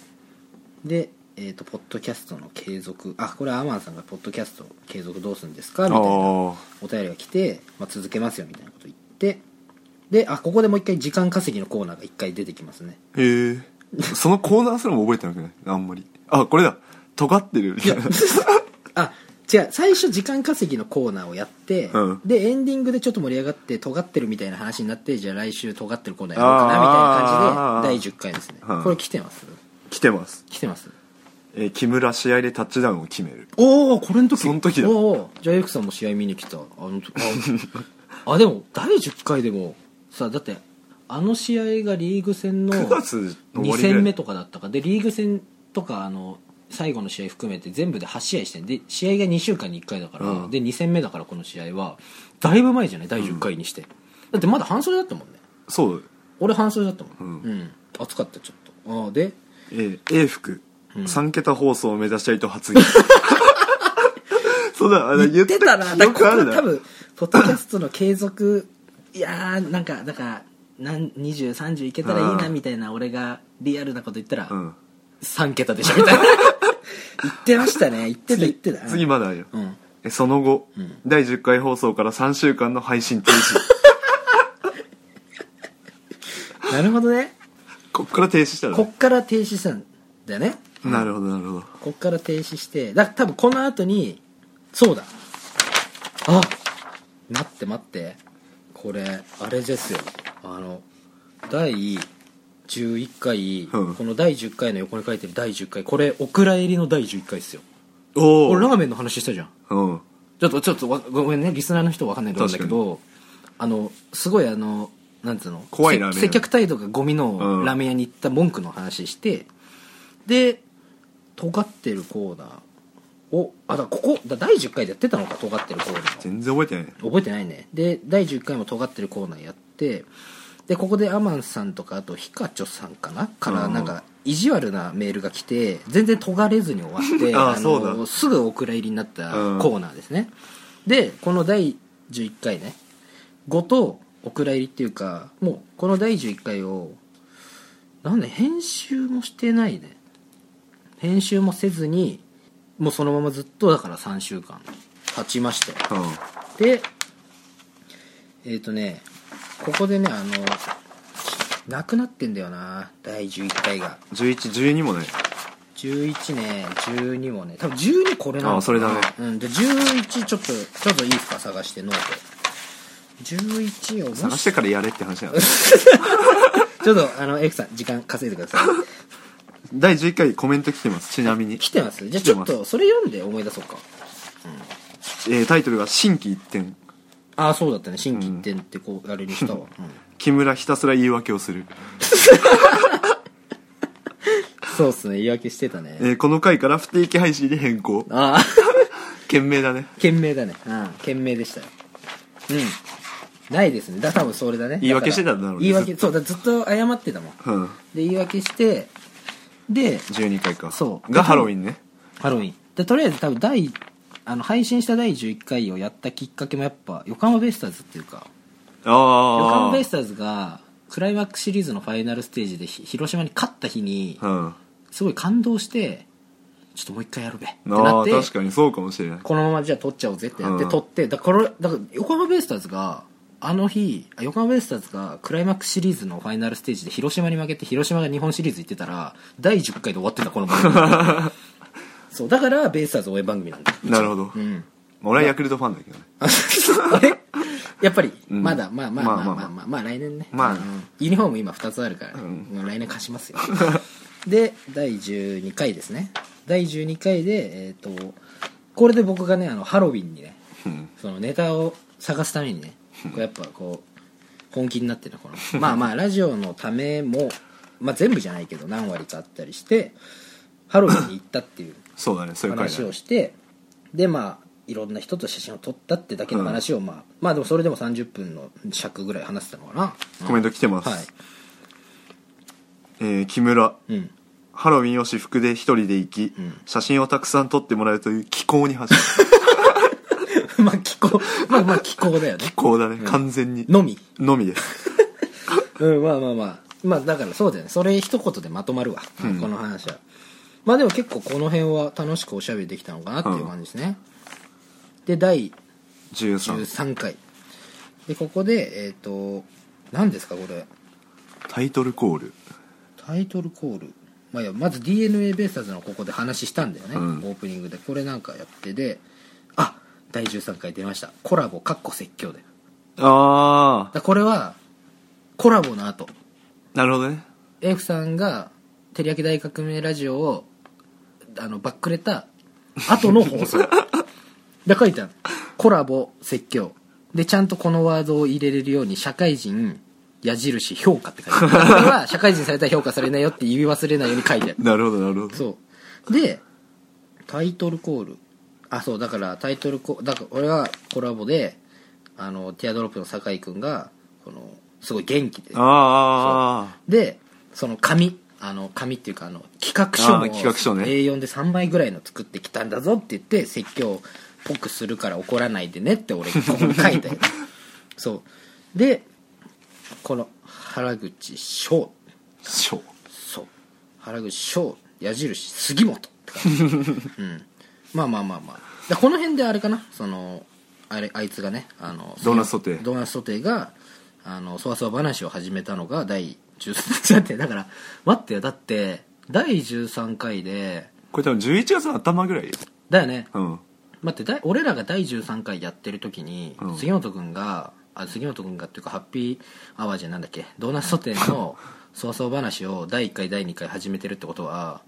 A: でえー、とポッドキャストの継続あこれはアマンさんが「ポッドキャスト継続どうするんですか?」みたいなお
B: あ
A: 便りが来て、まあ、続けますよみたいなこと言ってであここでもう一回時間稼ぎのコーナーが一回出てきますね
B: あへ えそのコーナーすらも覚えてなくないあんまりあこれだ尖ってるみたいな
A: あ違う最初時間稼ぎのコーナーをやって、
B: うん
A: でエンディングでちょっと盛り上がって尖ってるみたいな話になってじゃあ来週尖ってるコーナーやろうかなみたいな
B: あー
A: 感じで第10回ですね、
B: うん
A: これ来てます
B: 来てます、
A: 来てます
B: えー木村試合でタッチダウンを決める
A: おおこれの時
B: その時だ
A: おーじゃあエリクさんも試合見に来たあのああでも第10回でもさだってあの試合がリーグ戦の
B: 9月の終
A: 2
B: わりぐらい
A: 戦目とかだったかでリーグ戦とかあの最後の試合含めて全部で8試合してんで試合が2週間に1回だから、
B: うん
A: で2戦目だからこの試合はだいぶ前じゃない第10回にして、だってまだ半袖だったもんね
B: そう
A: 俺半袖だったもん、
B: う
A: うん、暑かったちょっとああで
B: えー、A 服、3桁放送を目指したいと発言 そうだあの言
A: 言ってたな
B: 記
A: だ
B: 憶
A: か
B: あ
A: ら
B: る
A: ここ
B: な
A: 多分ポッドキャストの継続いやーなんかだからなん2030いけたらいいな
B: うん
A: みたいな俺がリアルなこと言ったら、
B: うん
A: 3桁でしょみたいな 言ってましたね言ってた言ってた
B: 次まだあるよ、
A: うん
B: えその後、第10回放送から3週間の配信停止
A: なるほどね
B: こっから停止した ら、
A: こ
B: ね、
A: っから停止したんだよね
B: なるほどなるほど
A: こっから停止してだ多分この後にそうだあ待って待ってこれあれですよあの第11回、
B: うん
A: この第10回の横に書いてる第10回これお蔵入りの第11回ですよ
B: お
A: 俺ラ
B: お
A: ーメンの話したじゃん
B: うん
A: ちょっとちょっとわごめんねリスナーの人わかんないと思うんだけどあのすごいあのなんつうの
B: 怖いラーメン
A: せ接客態度がゴミ
B: う
A: の
B: ん
A: ラーメン屋に行った文句の話して、で尖ってるコーナーをあだからここだ第10回でやってたのか尖ってるコーナー
B: 全然覚えてないね
A: 覚えてないねで第10回も尖ってるコーナーやってでここでアマンさんとかあとヒカチョさんかなから
B: うん
A: なんか意地悪なメールが来て全然尖れずに終わって
B: あー
A: の
B: そうだ
A: すぐお蔵入りになったコーナーですね、でこの第11回ねごとお蔵入りっていうかもうこの第11回をなんで編集もしてないね編集もせずにもうそのままずっとだから3週間経ちましたよ
B: うん
A: でえっ、とねここでねあのなくなってんだよな第11回が
B: 1112もね
A: 11ね12もね多分12これなのかな
B: あそれだね
A: うんじゃあ11ちょっとちょっといいですか探してノート11をもし
B: 探してからやれって話なの
A: ちょっとあのエフさん時間稼いでくださ い
B: 第11回コメント来てますちなみに
A: 来てますじゃあちょっ
B: 来て
A: とそれ読んで思い出そうか
B: えータイトルが「新規一点
A: ああそうだったね新規一点ってこうあれにしたわ、うん
B: 木村ひたすら言い訳をする
A: そうっすね言い訳してたね
B: えーこの回から不定期配信に変更
A: ああ
B: 懸命だね
A: 賢明だねうん賢明でしたようんないですねだ多分それだね
B: 言い訳
A: から
B: してたんだろうね
A: 言い訳そうだずっと謝ってたもん
B: うん
A: で言い訳してで
B: 12回か
A: そう
B: がハロウィンね
A: ハロウィンでとりあえず多分第あの配信した第11回をやったきっかけもやっぱ横浜ベイスターズっていうか横
B: あ
A: 浜ベイ
B: あ
A: スターズがクライマックスシリーズのファイナルステージでひ広島に勝った日に
B: うん
A: すごい感動してちょっともう一回やるべってな
B: あ
A: っ
B: あ
A: て
B: 確かにそうかもしれない
A: このままじゃあ取っちゃおうぜってやって
B: うん
A: 取って、だからこれだから横浜ベイスターズがあの日あ横浜ベイスターズがクライマックスシリーズのファイナルステージで広島に負けて広島が日本シリーズ行ってたら第10回で終わってたこの番 組そうだからベイスターズ応援番組なんだ
B: なるほど
A: うん
B: 俺はヤクルトファンだけどね
A: あれ やっぱり、
B: ん
A: まだまあまあまあま
B: ま
A: あま
B: あま
A: あ
B: あ
A: まあ、来年ね、
B: まあ
A: うんユニフォーム今2つあるから、ねもう来年貸しますよで第12回ですね第12回でえっ、とこれで僕がねあのハロウィンにね
B: うん
A: そのネタを探すためにねこうやっぱこう本気になってるこのまあまあラジオのためも、まあ、全部じゃないけど何割かあったりしてハロウィンに行ったっていう
B: そうだねそういう回だ
A: 話
B: ね
A: をしてでまあいろんな人と写真を撮ったってだけの話を、まあまあでもそれでも30分の尺ぐらい話してたのかな、
B: コメント来てま
A: は
B: すえー木村
A: いうん
B: ハロウィンを私服で一人で行き
A: ん
B: 写真をたくさん撮ってもらうという気候に走 る
A: まあ気候まあまあ気候だよね
B: 気候だね完全に
A: のみ
B: のみです
A: うんまあまあまあまあだからそうだよねそれ一言でまとまるわ、この話はまあでも結構この辺は楽しくおしゃべりできたのかなっていう感じですね、で第
B: 13
A: 13回でここでえっ、と何ですかこれ
B: タイトルコール
A: タイトルコール、まあいや、まず d n a ベイスターズのここで話したんだよね、
B: うん
A: オープニングでこれなんかやってであ第13回出ましたコラボかっこ説教でだか
B: ああ
A: らこれはコラボの後
B: なるほどね
A: F さんが照り焼き大革命ラジオをあのバックレた後の放送 で書いてあるコラボ説教でちゃんとこのワードを入れれるように社会人矢印評価って書いてあるこれは社会人されたら評価されないよって言い忘れないように書いてある
B: なるほどなるほど
A: そうでタイトルコールあそうだからタイトルコだから俺はコラボであのティアドロップの酒井君がこのすごい元気で
B: あ
A: でその紙あの紙っていうかあの企画書
B: あ
A: も
B: ー企画書ね
A: A4 で3枚ぐらいの作ってきたんだぞって言って説教っぽくするから怒らないでねって俺ここに書いた よそうでこの原口翔
B: あショー
A: そう原口翔矢印杉 本って感じ、うん、まあまあまあまあだこの辺であれかなそのあれあいつがねあの
B: ドーナツソテー
A: ドーナツソテーがあのそわそわ話を始めたのが第13だってだから待ってよだって第13回で
B: これ多分11月の頭ぐらい
A: だよね
B: うん
A: 待ってだい俺らが第13回やってる時に、
B: うん
A: 杉本君があ杉本君がっていうかハッピーアワーじゃなんだっけドーナツソテーのそわそわ話を第1回第2回始めてるってことは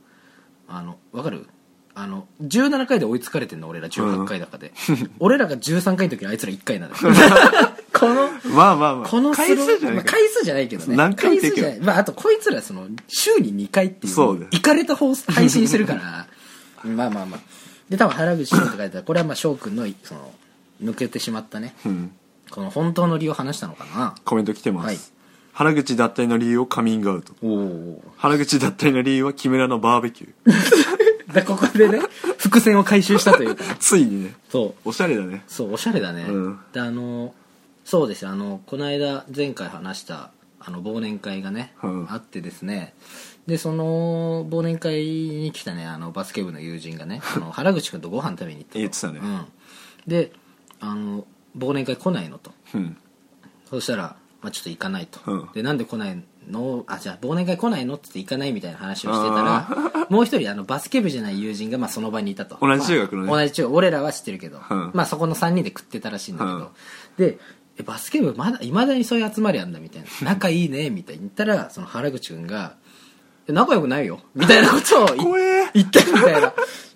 A: あのわかるあの17回で追いつかれてんの俺ら18回だからで、俺らが13回の時にあいつら1回なのよ この
B: まあまあまあ
A: このスロー
B: 回数じゃな
A: まあ
B: いか
A: 回数じゃないけどね
B: 何回
A: 回
B: で
A: 数
B: き
A: じ
B: る
A: ゃない、まあ、あとこいつらその週に2回っていう
B: そうだよ
A: 行かれた放送配信してる からまあまあまあで多分原口翔って書いてたらこれはまあ翔くんのその抜けてしまったね
B: うん
A: この本当の理由を話したのかな
B: コメント来てます、
A: はい
B: 原口脱退の理由をカミングアウト
A: おお
B: 原口脱退の理由は木村のバーベキュー
A: でここでね伏線を回収したというかね
B: ついにね
A: そう
B: おしゃれだね
A: そうおしゃれだね、
B: うん
A: であのそうですよあのこの間前回話したあの忘年会がね、
B: うん
A: あってですねでその忘年会に来たねあのバスケ部の友人が ねあの原口君とご飯食べに行った
B: 言ってたね
A: のうん、であの忘年会来ないのと
B: うん
A: そしたら、まあ、ちょっと行かないと、
B: うん
A: でなんで来ないのあじゃあ忘年会来ないのって言って行かないみたいな話をしてたらもう一人あのバスケ部じゃない友人がまあその場にいたと
B: 同じ中学のね
A: まあ同じ中学俺らは知ってるけど、
B: うん
A: まあそこの3人で食ってたらしいんだけど、
B: うん
A: でえバスケ部まだいまだにそういう集まりあんだみたいな仲いいねみたいに言ったらその原口君が「え仲良くないよ」みたいなことを言っ
B: 怖え
A: 行ったみたいな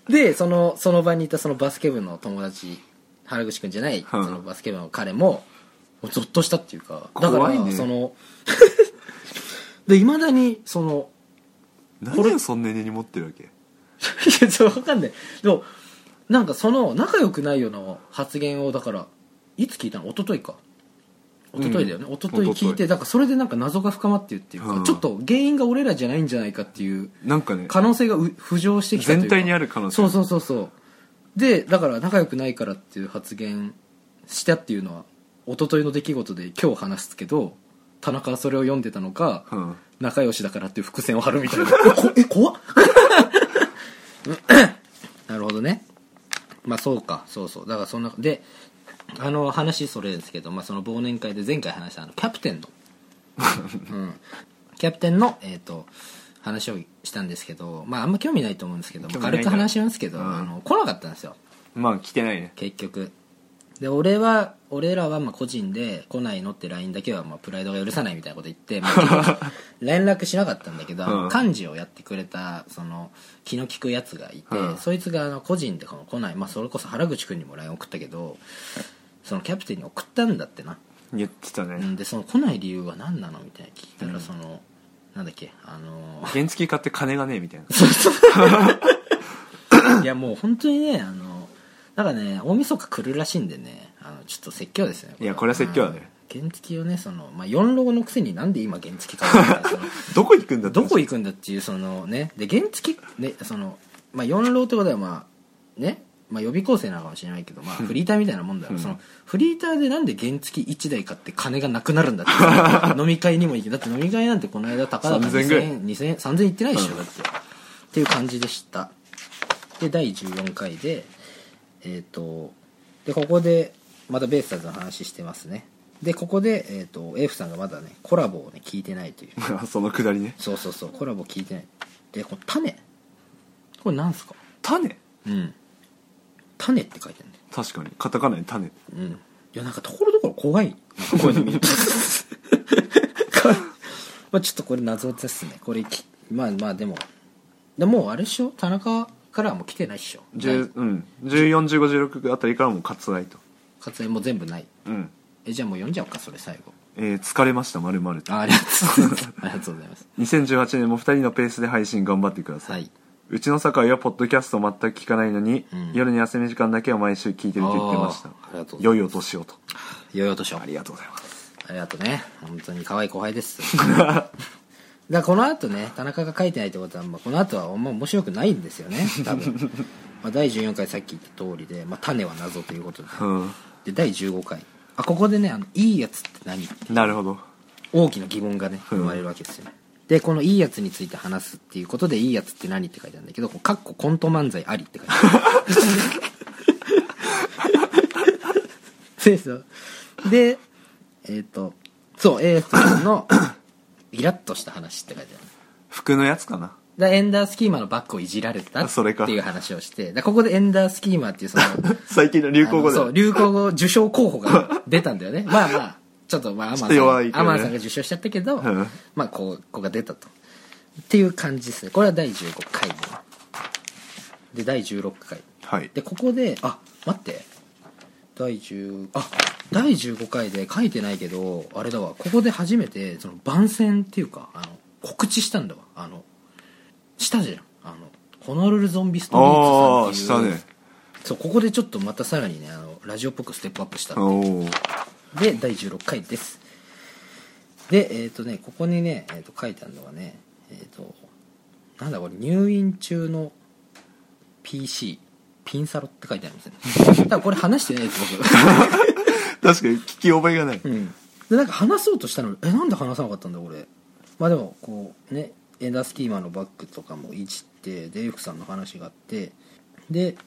A: でそのその場にいたそのバスケ部の友達原口君じゃない、
B: うん
A: そのバスケ部の彼もゾッとしたっていうかだから
B: 怖いね
A: そのでいまだにその
B: 何をそんなに根に持ってるわ
A: い
B: け
A: やちょっと分かんないでもなんかその仲良くないような発言をだからいつ聞いたの一昨日か一昨日だよね、
B: うん
A: 一昨日聞い
B: 一昨
A: てだからそれでなんか謎が深まってるっていうか、
B: うん
A: ちょっと原因が俺らじゃないんじゃないかっていう
B: なんかね
A: 可能性がう浮上してきたというか
B: 全体にある可能性
A: そうそうそうそうでだから仲良くないからっていう発言したっていうのは一昨日の出来事で今日話すけど田中はそれを読んでたのか、
B: うん
A: 仲良しだからっていう伏線を張るみたいなえこえ怖っ なるほどねまあそうかそうそうだからそんなであの話それですけど、まあ、その忘年会で前回話したあのキャプテ ンの、うん、キャプテンの、えー、と話をしたんですけど、まあ、あんま興味ないと思うんですけど
B: 興味ないな
A: 軽く話しますけど、
B: うん
A: あの来なかったんですよ
B: まあ来てないね
A: 結局で俺は俺らはまあ個人で来ないのって LINE だけはまあプライドが許さないみたいなこと言って、まあ結 局連絡しなかったんだけど、あの
B: うん
A: 幹事をやってくれたその気の利くやつがいて、
B: うん
A: そいつがあの個人でこの来ない、まあ、それこそ原口君にも LINE 送ったけどそのキャプテンに送ったんだってな、
B: 言ってた
A: う
B: ね
A: ん、でその来ない理由は何なのみたいな聞いたらその、なんだっけあの
B: 原付買って金がねえみたいない
A: やもう本当にねあのなんかね大晦日来るらしいんでねあのちょっと説教ですね
B: いやこれは説教だね
A: うん原付をねその、まあ、4ロゴのくせになんで今原付買うのかその
B: どこ行くんだって
A: どこ行くんだっていうそのねで原付ねその、まあ、4ロってことはまあねまあ、予備校生なのかもしれないけど、 まあ、フリーターみたいなもんだから、そのフリーターでなんで原付1台買って金がなくなるんだってそ の飲み会にも行けだって飲み会なんてこの間高々
B: 3000ぐらい
A: 2000 2000 3000いってないでしょ、だってっていう感じでしたで第14回でえっ、とでここでまたベイスターズの話してますねでここで、えー、と F さんがまだねコラボをね聞いてないという
B: そのくだりね
A: そうそうそうコラボ聞いてないでこの種これなんすか
B: 種
A: うん種って書いてあ
B: 確かにカタカナに種
A: るねうんいやなんかところどころ怖いなんかこういうの見るとか まあちょっとこれ謎ですねこれきまあまあでもでもうあれでしょ田中からはもう来てないっしょ
B: 10うん141516あたりからもう割愛と
A: 活躍も全部ない
B: うん
A: えじゃあもう読んじゃおうかそれ最後
B: えー疲れましたまるまると
A: あありがとうございます ありがとうございます
B: 2018年も2人のペースで配信頑張ってください、
A: はい、
B: うちの酒井はポッドキャスト全く聞かないのに、
A: うん
B: 夜に休み時間だけは毎週聞いてると言ってました
A: あーありがとうございます
B: 良いお年をと
A: よいお年をあ
B: ありがとうございます
A: ありがとうね本当に可愛い後輩です だからこの後ね田中が書いてないってことは、まあ、この後はあんま面白くないんですよね多 分まあ第14回さっき言った通りで、まあ、種は謎ということで,、
B: うん
A: で第15回あここでねあのいいやつって何
B: なるほど
A: 大きな疑問がね
B: うん
A: 生まれるわけですよ、でこのいいやつについて話すっていうことでいいやつって何って書いてあるんだけどこうかっこコント漫才ありって書いてある そうですよでえっ、とそう A さん のイラッとした話って書いてある
B: 服のやつかな
A: だエンダースキーマーのバッグをいじられた
B: あそれか
A: っていう話をしてだここでエンダースキーマーっていうその
B: 最近の流行語
A: あのそう、
B: で
A: 流行語受賞候補が出たんだ よね。まあまあ、ちょっとまあ、アマン
B: ちょ
A: さ
B: っ
A: ん、
B: と弱いけど
A: ア
B: ね
A: マンさんが受賞しちゃったけど、
B: ん
A: まあ、こう、ここが出たと。っていう感じですね。これは第15回で。で、第16回。
B: はい
A: で、ここで、あ、待って。第10、あ、第15回で書いてないけど、あれだわ、ここで初めて、その、番宣っていうか、あの、告知したんだわ。あの、したじゃん。あの、ホノルルゾンビストリ
B: ああ
A: ー
B: ー
A: ト
B: し
A: さんってい
B: た
A: う。
B: ね
A: そうここでちょっとまたさらにねあのラジオっぽくステップアップした
B: おお
A: で第16回ですでえっ、とねここにね、えー、と書いてあるのがねえっ、となんだこれ入院中の PC ピンサロって書いてありますね多分これ話してないです
B: 確かに聞き覚えがない
A: 僕、うん、でなんか話そうとしたのにえなんで話さなかったんだ俺まあでもこうねエンダースキーマーのバッグとかもいじってデイフさんの話があってで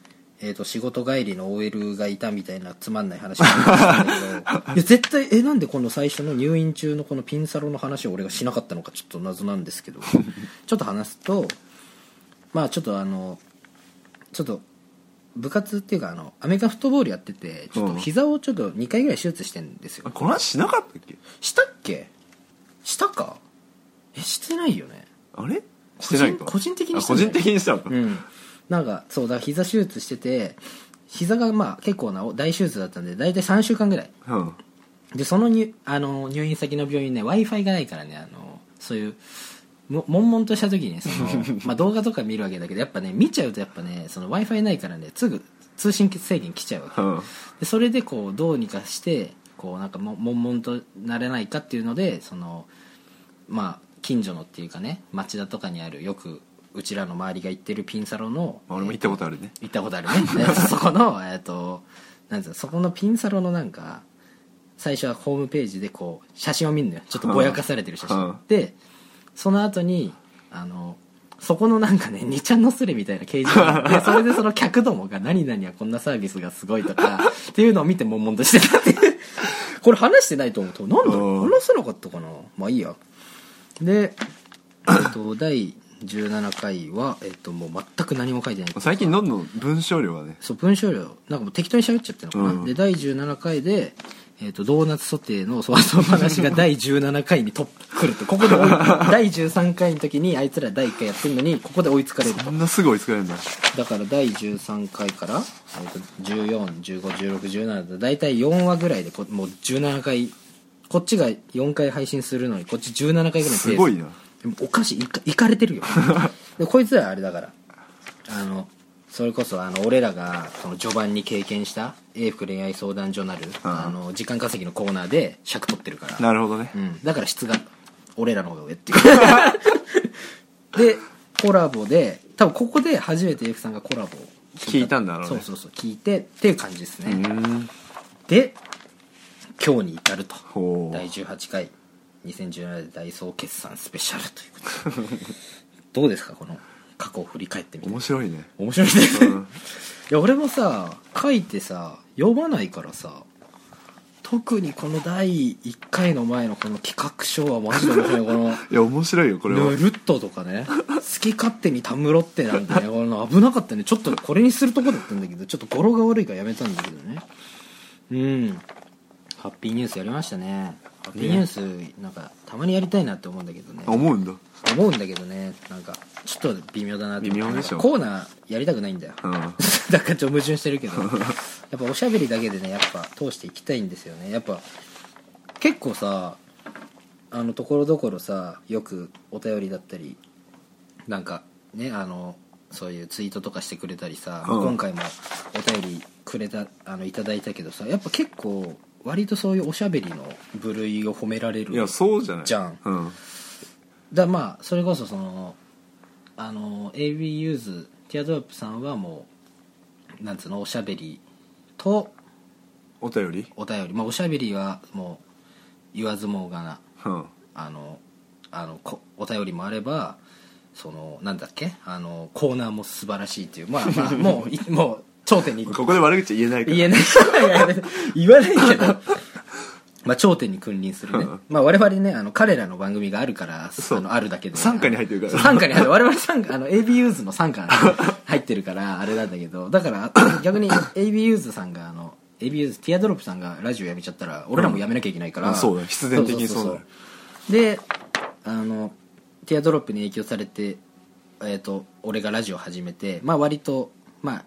A: えー、と仕事帰りの OL がいたみたいなつまんない話がありましたけどいや絶対えなんでこの最初の入院中のこのピンサロの話を俺がしなかったのかちょっと謎なんですけどちょっと話すとまあちょっとあのちょっと部活っていうかあのアメリカンフットボールやっててちょっと膝をちょっと2回ぐらい手術してんですよ
B: あこの話しなかったっけ
A: したっけしたかえしてないよね
B: あれしてないか
A: 個人個人的に
B: あ
A: した
B: 個
A: んじゃな
B: 人
A: い
B: 的にしたのか、
A: うんなんかそうだから膝手術してて膝がまあ結構な大手術だったんで大体3週間ぐらい
B: うん
A: でそのにあの入院先の病院ね w i f i がないからねあのそういうも悶々とした時にねそ の、まあ、動画とか見るわけだけどやっぱね見ちゃうとやっぱね w i f i ないからねすぐ通信制限来ちゃうわけ
B: うん
A: でそれでこうどうにかしてこうなんかも悶々となれないかっていうのでそのまあ近所のっていうかね町田とかにあるよくうちらの周りが行ってるピンサロの
B: 俺も行ったことあるね
A: 行ったことあるね でそこのえっとなんつうのそこのピンサロのなんか最初はホームページでこう写真を見るのよちょっとぼやかされてる写
B: うん
A: 真でその後にあのそこのなんかね2ちゃんのスレみたいな掲示板 でそれでその客どもが「何々はこんなサービスがすごい」とかっていうのを見て悶々としてたっていうこれ話してないと思うとなんだろ
B: う
A: うん話せなかったかなまあいいやで、えっと、第17回は、えっと、もう全く何も書いてない
B: 最近どんどん文章量がね
A: そう文章量なんかもう適当に喋っちゃってるのかな、
B: うん
A: で第17回で、えー、とドーナツソテーのそわそわ話 が第17回にと来るとここで追い第13回の時にあいつら第1回やってるのにここで追いつかれると
B: こんなすぐ追いつかれるんだ
A: だから第13回から、えー、と14151617と大体4話ぐらいでこもう17回こっちが4回配信するのにこっち17回ぐらいのペース
B: すごいな
A: でもお菓子いかいかれて るよでこいつらあれだからあのそれこそあの俺らがその序盤に経験した英福恋愛相談所なる、あの時間稼ぎのコーナーで尺取ってるから、
B: なるほどね
A: うん、だから質が俺らの方が上って いうでコラボで多分ここで初めて英福さんがコラボを
B: 聞いたんだろうね
A: そうそうそう聞いてっていう感じですね、
B: うーん
A: で今日に至ると
B: ほ
A: 第
B: う
A: 18回2017年大総決算スペシャルということで どうですかこの過去を振り返ってみて
B: 面白いね
A: 面白いね、
B: う
A: い
B: ん
A: や俺もさ書いてさ読まないからさ特にこの第1回の前のこの企画書はマジで面白いこの
B: いや面白いよこれは
A: ルルットとかね好き勝手にたむろってなんて ねこの危なかったねちょっとこれにするとこだったんだけどちょっと語呂が悪いからやめたんだけどねうんハッピーニュースやりましたねハッピーニュースなんかたまにやりたいなって思うんだけどね
B: あ思うんだ
A: 思うんだけどねなんかちょっと微妙だなって
B: 微妙でしょ
A: コーナーやりたくないんだよ、
B: うん
A: なんかちょっと矛盾してるけどやっぱおしゃべりだけでねやっぱ通していきたいんですよねやっぱ結構さあのところどころさよくお便りだったりなんかねあのそういうツイートとかしてくれたりさ、
B: うん
A: 今回もお便りくれたあのいただいたけどさやっぱ結構割とそういうおしゃべりの部類を褒められる
B: いやそうじゃない
A: じゃん
B: うん
A: だまあそれこそそのあの AB ユーズティアドロップさんはもうなんつうのおしゃべりと
B: お便り
A: お便りまあおしゃべりはもう言わずもがな
B: うん
A: あのあのこお便りもあればそのなんだっけあのコーナーも素晴らしいっていうまあまあもういもう頂点に
B: ここで悪口言えないから
A: 言えないいやいや言わないけどまあ頂点に君臨するね
B: うん
A: まあ我々ねあの彼らの番組があるから
B: そう
A: あのあるだけで
B: 傘下に入ってるから
A: そう傘下に入ってる我々傘下あの AB ユーズの傘下なんで入ってるからあれなんだけどだから逆に AB ユーズさんがあの AB ユーズティアドロップさんがラジオやめちゃったら俺らもやめなきゃいけないから、
B: うんそうだ必然的にそうなる
A: であのティアドロップに影響されて、えー、と俺がラジオ始めてまあ割とまあ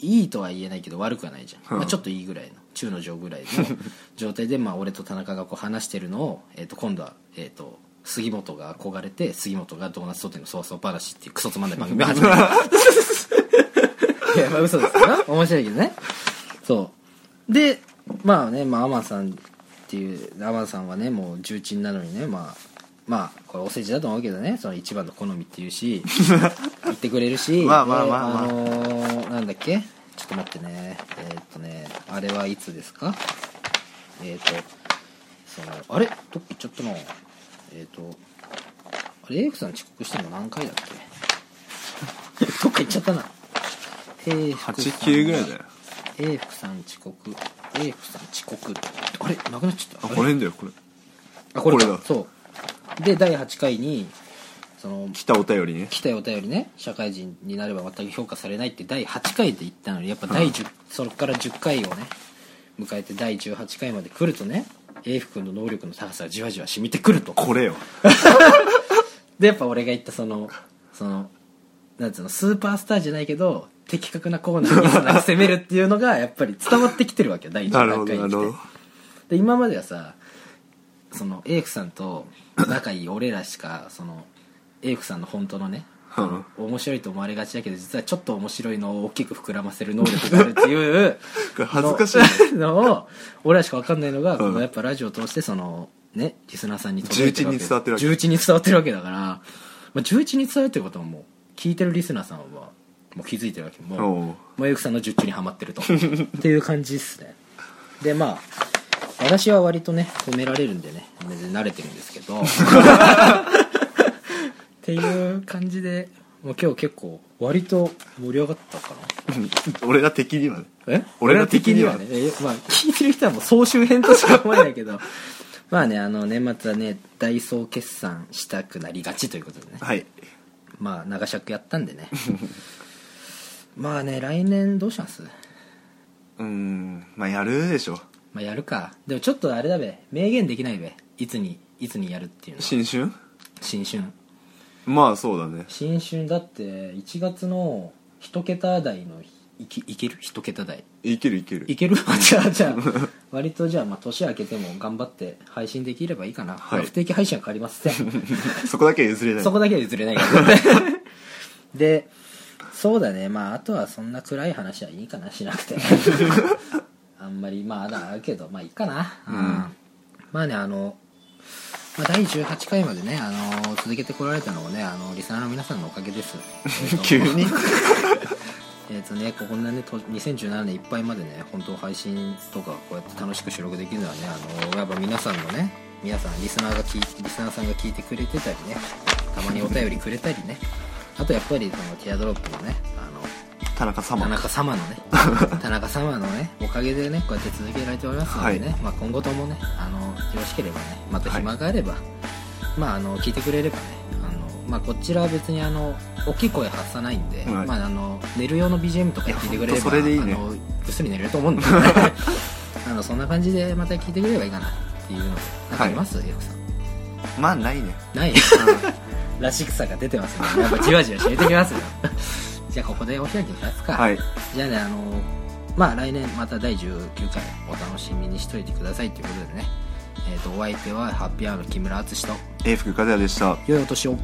A: いいとは言えないけど悪くはないじゃん、
B: うん
A: まあ、ちょっといいぐらいの中の上ぐ らいの状態で、まあ、俺と田中がこう話してるのを、えー、と今度は、えー、と杉本が憧れて杉本がドーナツソテーのそわそわ話っていうクソつまんない番組を始めたいやまあ嘘ですよ面白いけどねそうでまあね、まあ、アマンさんっていうアマンさんはねもう重鎮なのにねまあまあこれお世辞だと思うけどねその一番の好みっていう し言ってくれるし
B: まあまあまあまあ
A: でのーなんだっけちょっと待ってねえーっとねあれはいつですかえーっとそのあれどっか行っちゃったなえーっとあれエイクさん遅刻してんの何回だっけ どっか行っちゃったな
B: 89
A: 89
B: ぐらいだよ
A: 英福さん遅刻英福さん遅刻あれなくなっちゃった
B: あこれんだよこれ
A: あこれ
B: これだ
A: そうで第8回にその
B: 来たお便りね
A: 来たよお便りね社会人になれば全く評価されないって第8回で言ったのにやっぱ第10、それから10回をね迎えて第18回まで来るとね英福君の能力の高さがじわじわ染みてくると
B: これよ
A: でやっぱ俺が言ったそのそのなんつうのスーパースターじゃないけど的確なコーナーに その攻めるっていうのがやっぱり伝わってきてるわけよ第1
B: なるほ
A: 段
B: ど
A: 階
B: な
A: に
B: る
A: 来
B: ほ
A: てで
B: ど
A: 今まではさそのエイクさんと仲いい俺らしかそのエイクさんの本当のね
B: うん
A: 面白いと思われがちだけど実はちょっと面白いのを大きく膨らませる能力があるっていう
B: これ恥ずかしいね
A: の のを俺らしか分かんないのが、
B: うん
A: このやっぱラジオを通してそのねリスナーさんに届いる
B: 重鎮に伝わってるわけ
A: 重鎮に伝わってるわけだから、まあ、重鎮に伝わるってことはもう聞いてるリスナーさんはもう気づいてるわけもう
B: おう
A: もうゆくさんの術中にはまってるとっていう感じですねでまあ私は割とね褒められるんでね全然慣れてるんですけ どっていう感じでもう今日結構割と盛り上がったか
B: 俺ら的にはね
A: なえ
B: 俺ら的には
A: 俺らねえまあ 聞いてる人はもう総集編としか思えないけど まあねあの年末はね大総決算したくなりがちということでね
B: はい
A: まあ長尺やったんで ねまあね来年どうします
B: うーんまあやるでしょ
A: まあやるかでもちょっとあれだべ明言できないべいつにいつにやるっていうのは
B: 新春
A: 新春
B: まあそうだね
A: 新春だって1月の1桁台のいきいける1桁台
B: いけるいける
A: い けるあじゃあじゃあ割とじゃあまあ年明けても頑張って配信できればいいかな、
B: はい
A: まあ不定期配信は変わりませ ん
B: そこだけは譲れない
A: そこだけは譲れない からねでそうだねまああとはそんな暗い話はいいかなしなく てあんまりまあだあるけどまあいいかな、
B: うん
A: まあねあの、まあ、第18回までねあの続けてこられたのもねあのリスナーの皆さんのおかげ です
B: 急に
A: えっとね、こんなねと2017年いっぱいまでね本当配信とかこうやって楽しく収録できるのはねあのやっぱ皆さんのね皆さんリスナーが聞いリスナーさんが聞いてくれてたりねたまにお便りくれたりねあとやっぱりそのティアドロップのねあの
B: 田中様
A: 田中様 のね田中様のねおかげでねこうやって続けられておりますのでね、
B: は
A: まあ、今後ともねあのよろしければねまた暇があれば、まああの聞いてくれればねあのまあ、こちらは別にあの大きい声発さないんで、
B: はい
A: まあ、あの寝る用の BGM とか聞いてくれれば
B: いやほんとそれでいいね
A: あのぐっすり寝れると思う んで、ね、 あのそんな感じでまた聞いてくれればいいかなっていうのなんかあります、よくさん
B: まあないね
A: ないらしくさが出てますねやっぱじわじわ染めてきますよ じゃあここでお開きにしますか、
B: はい
A: じゃあねあのまあ来年また第19回お楽しみにしといてくださいということでねえっ、とお相手はハッピーアワーの木村敦史と
B: 永福和也でした
A: 良いお年を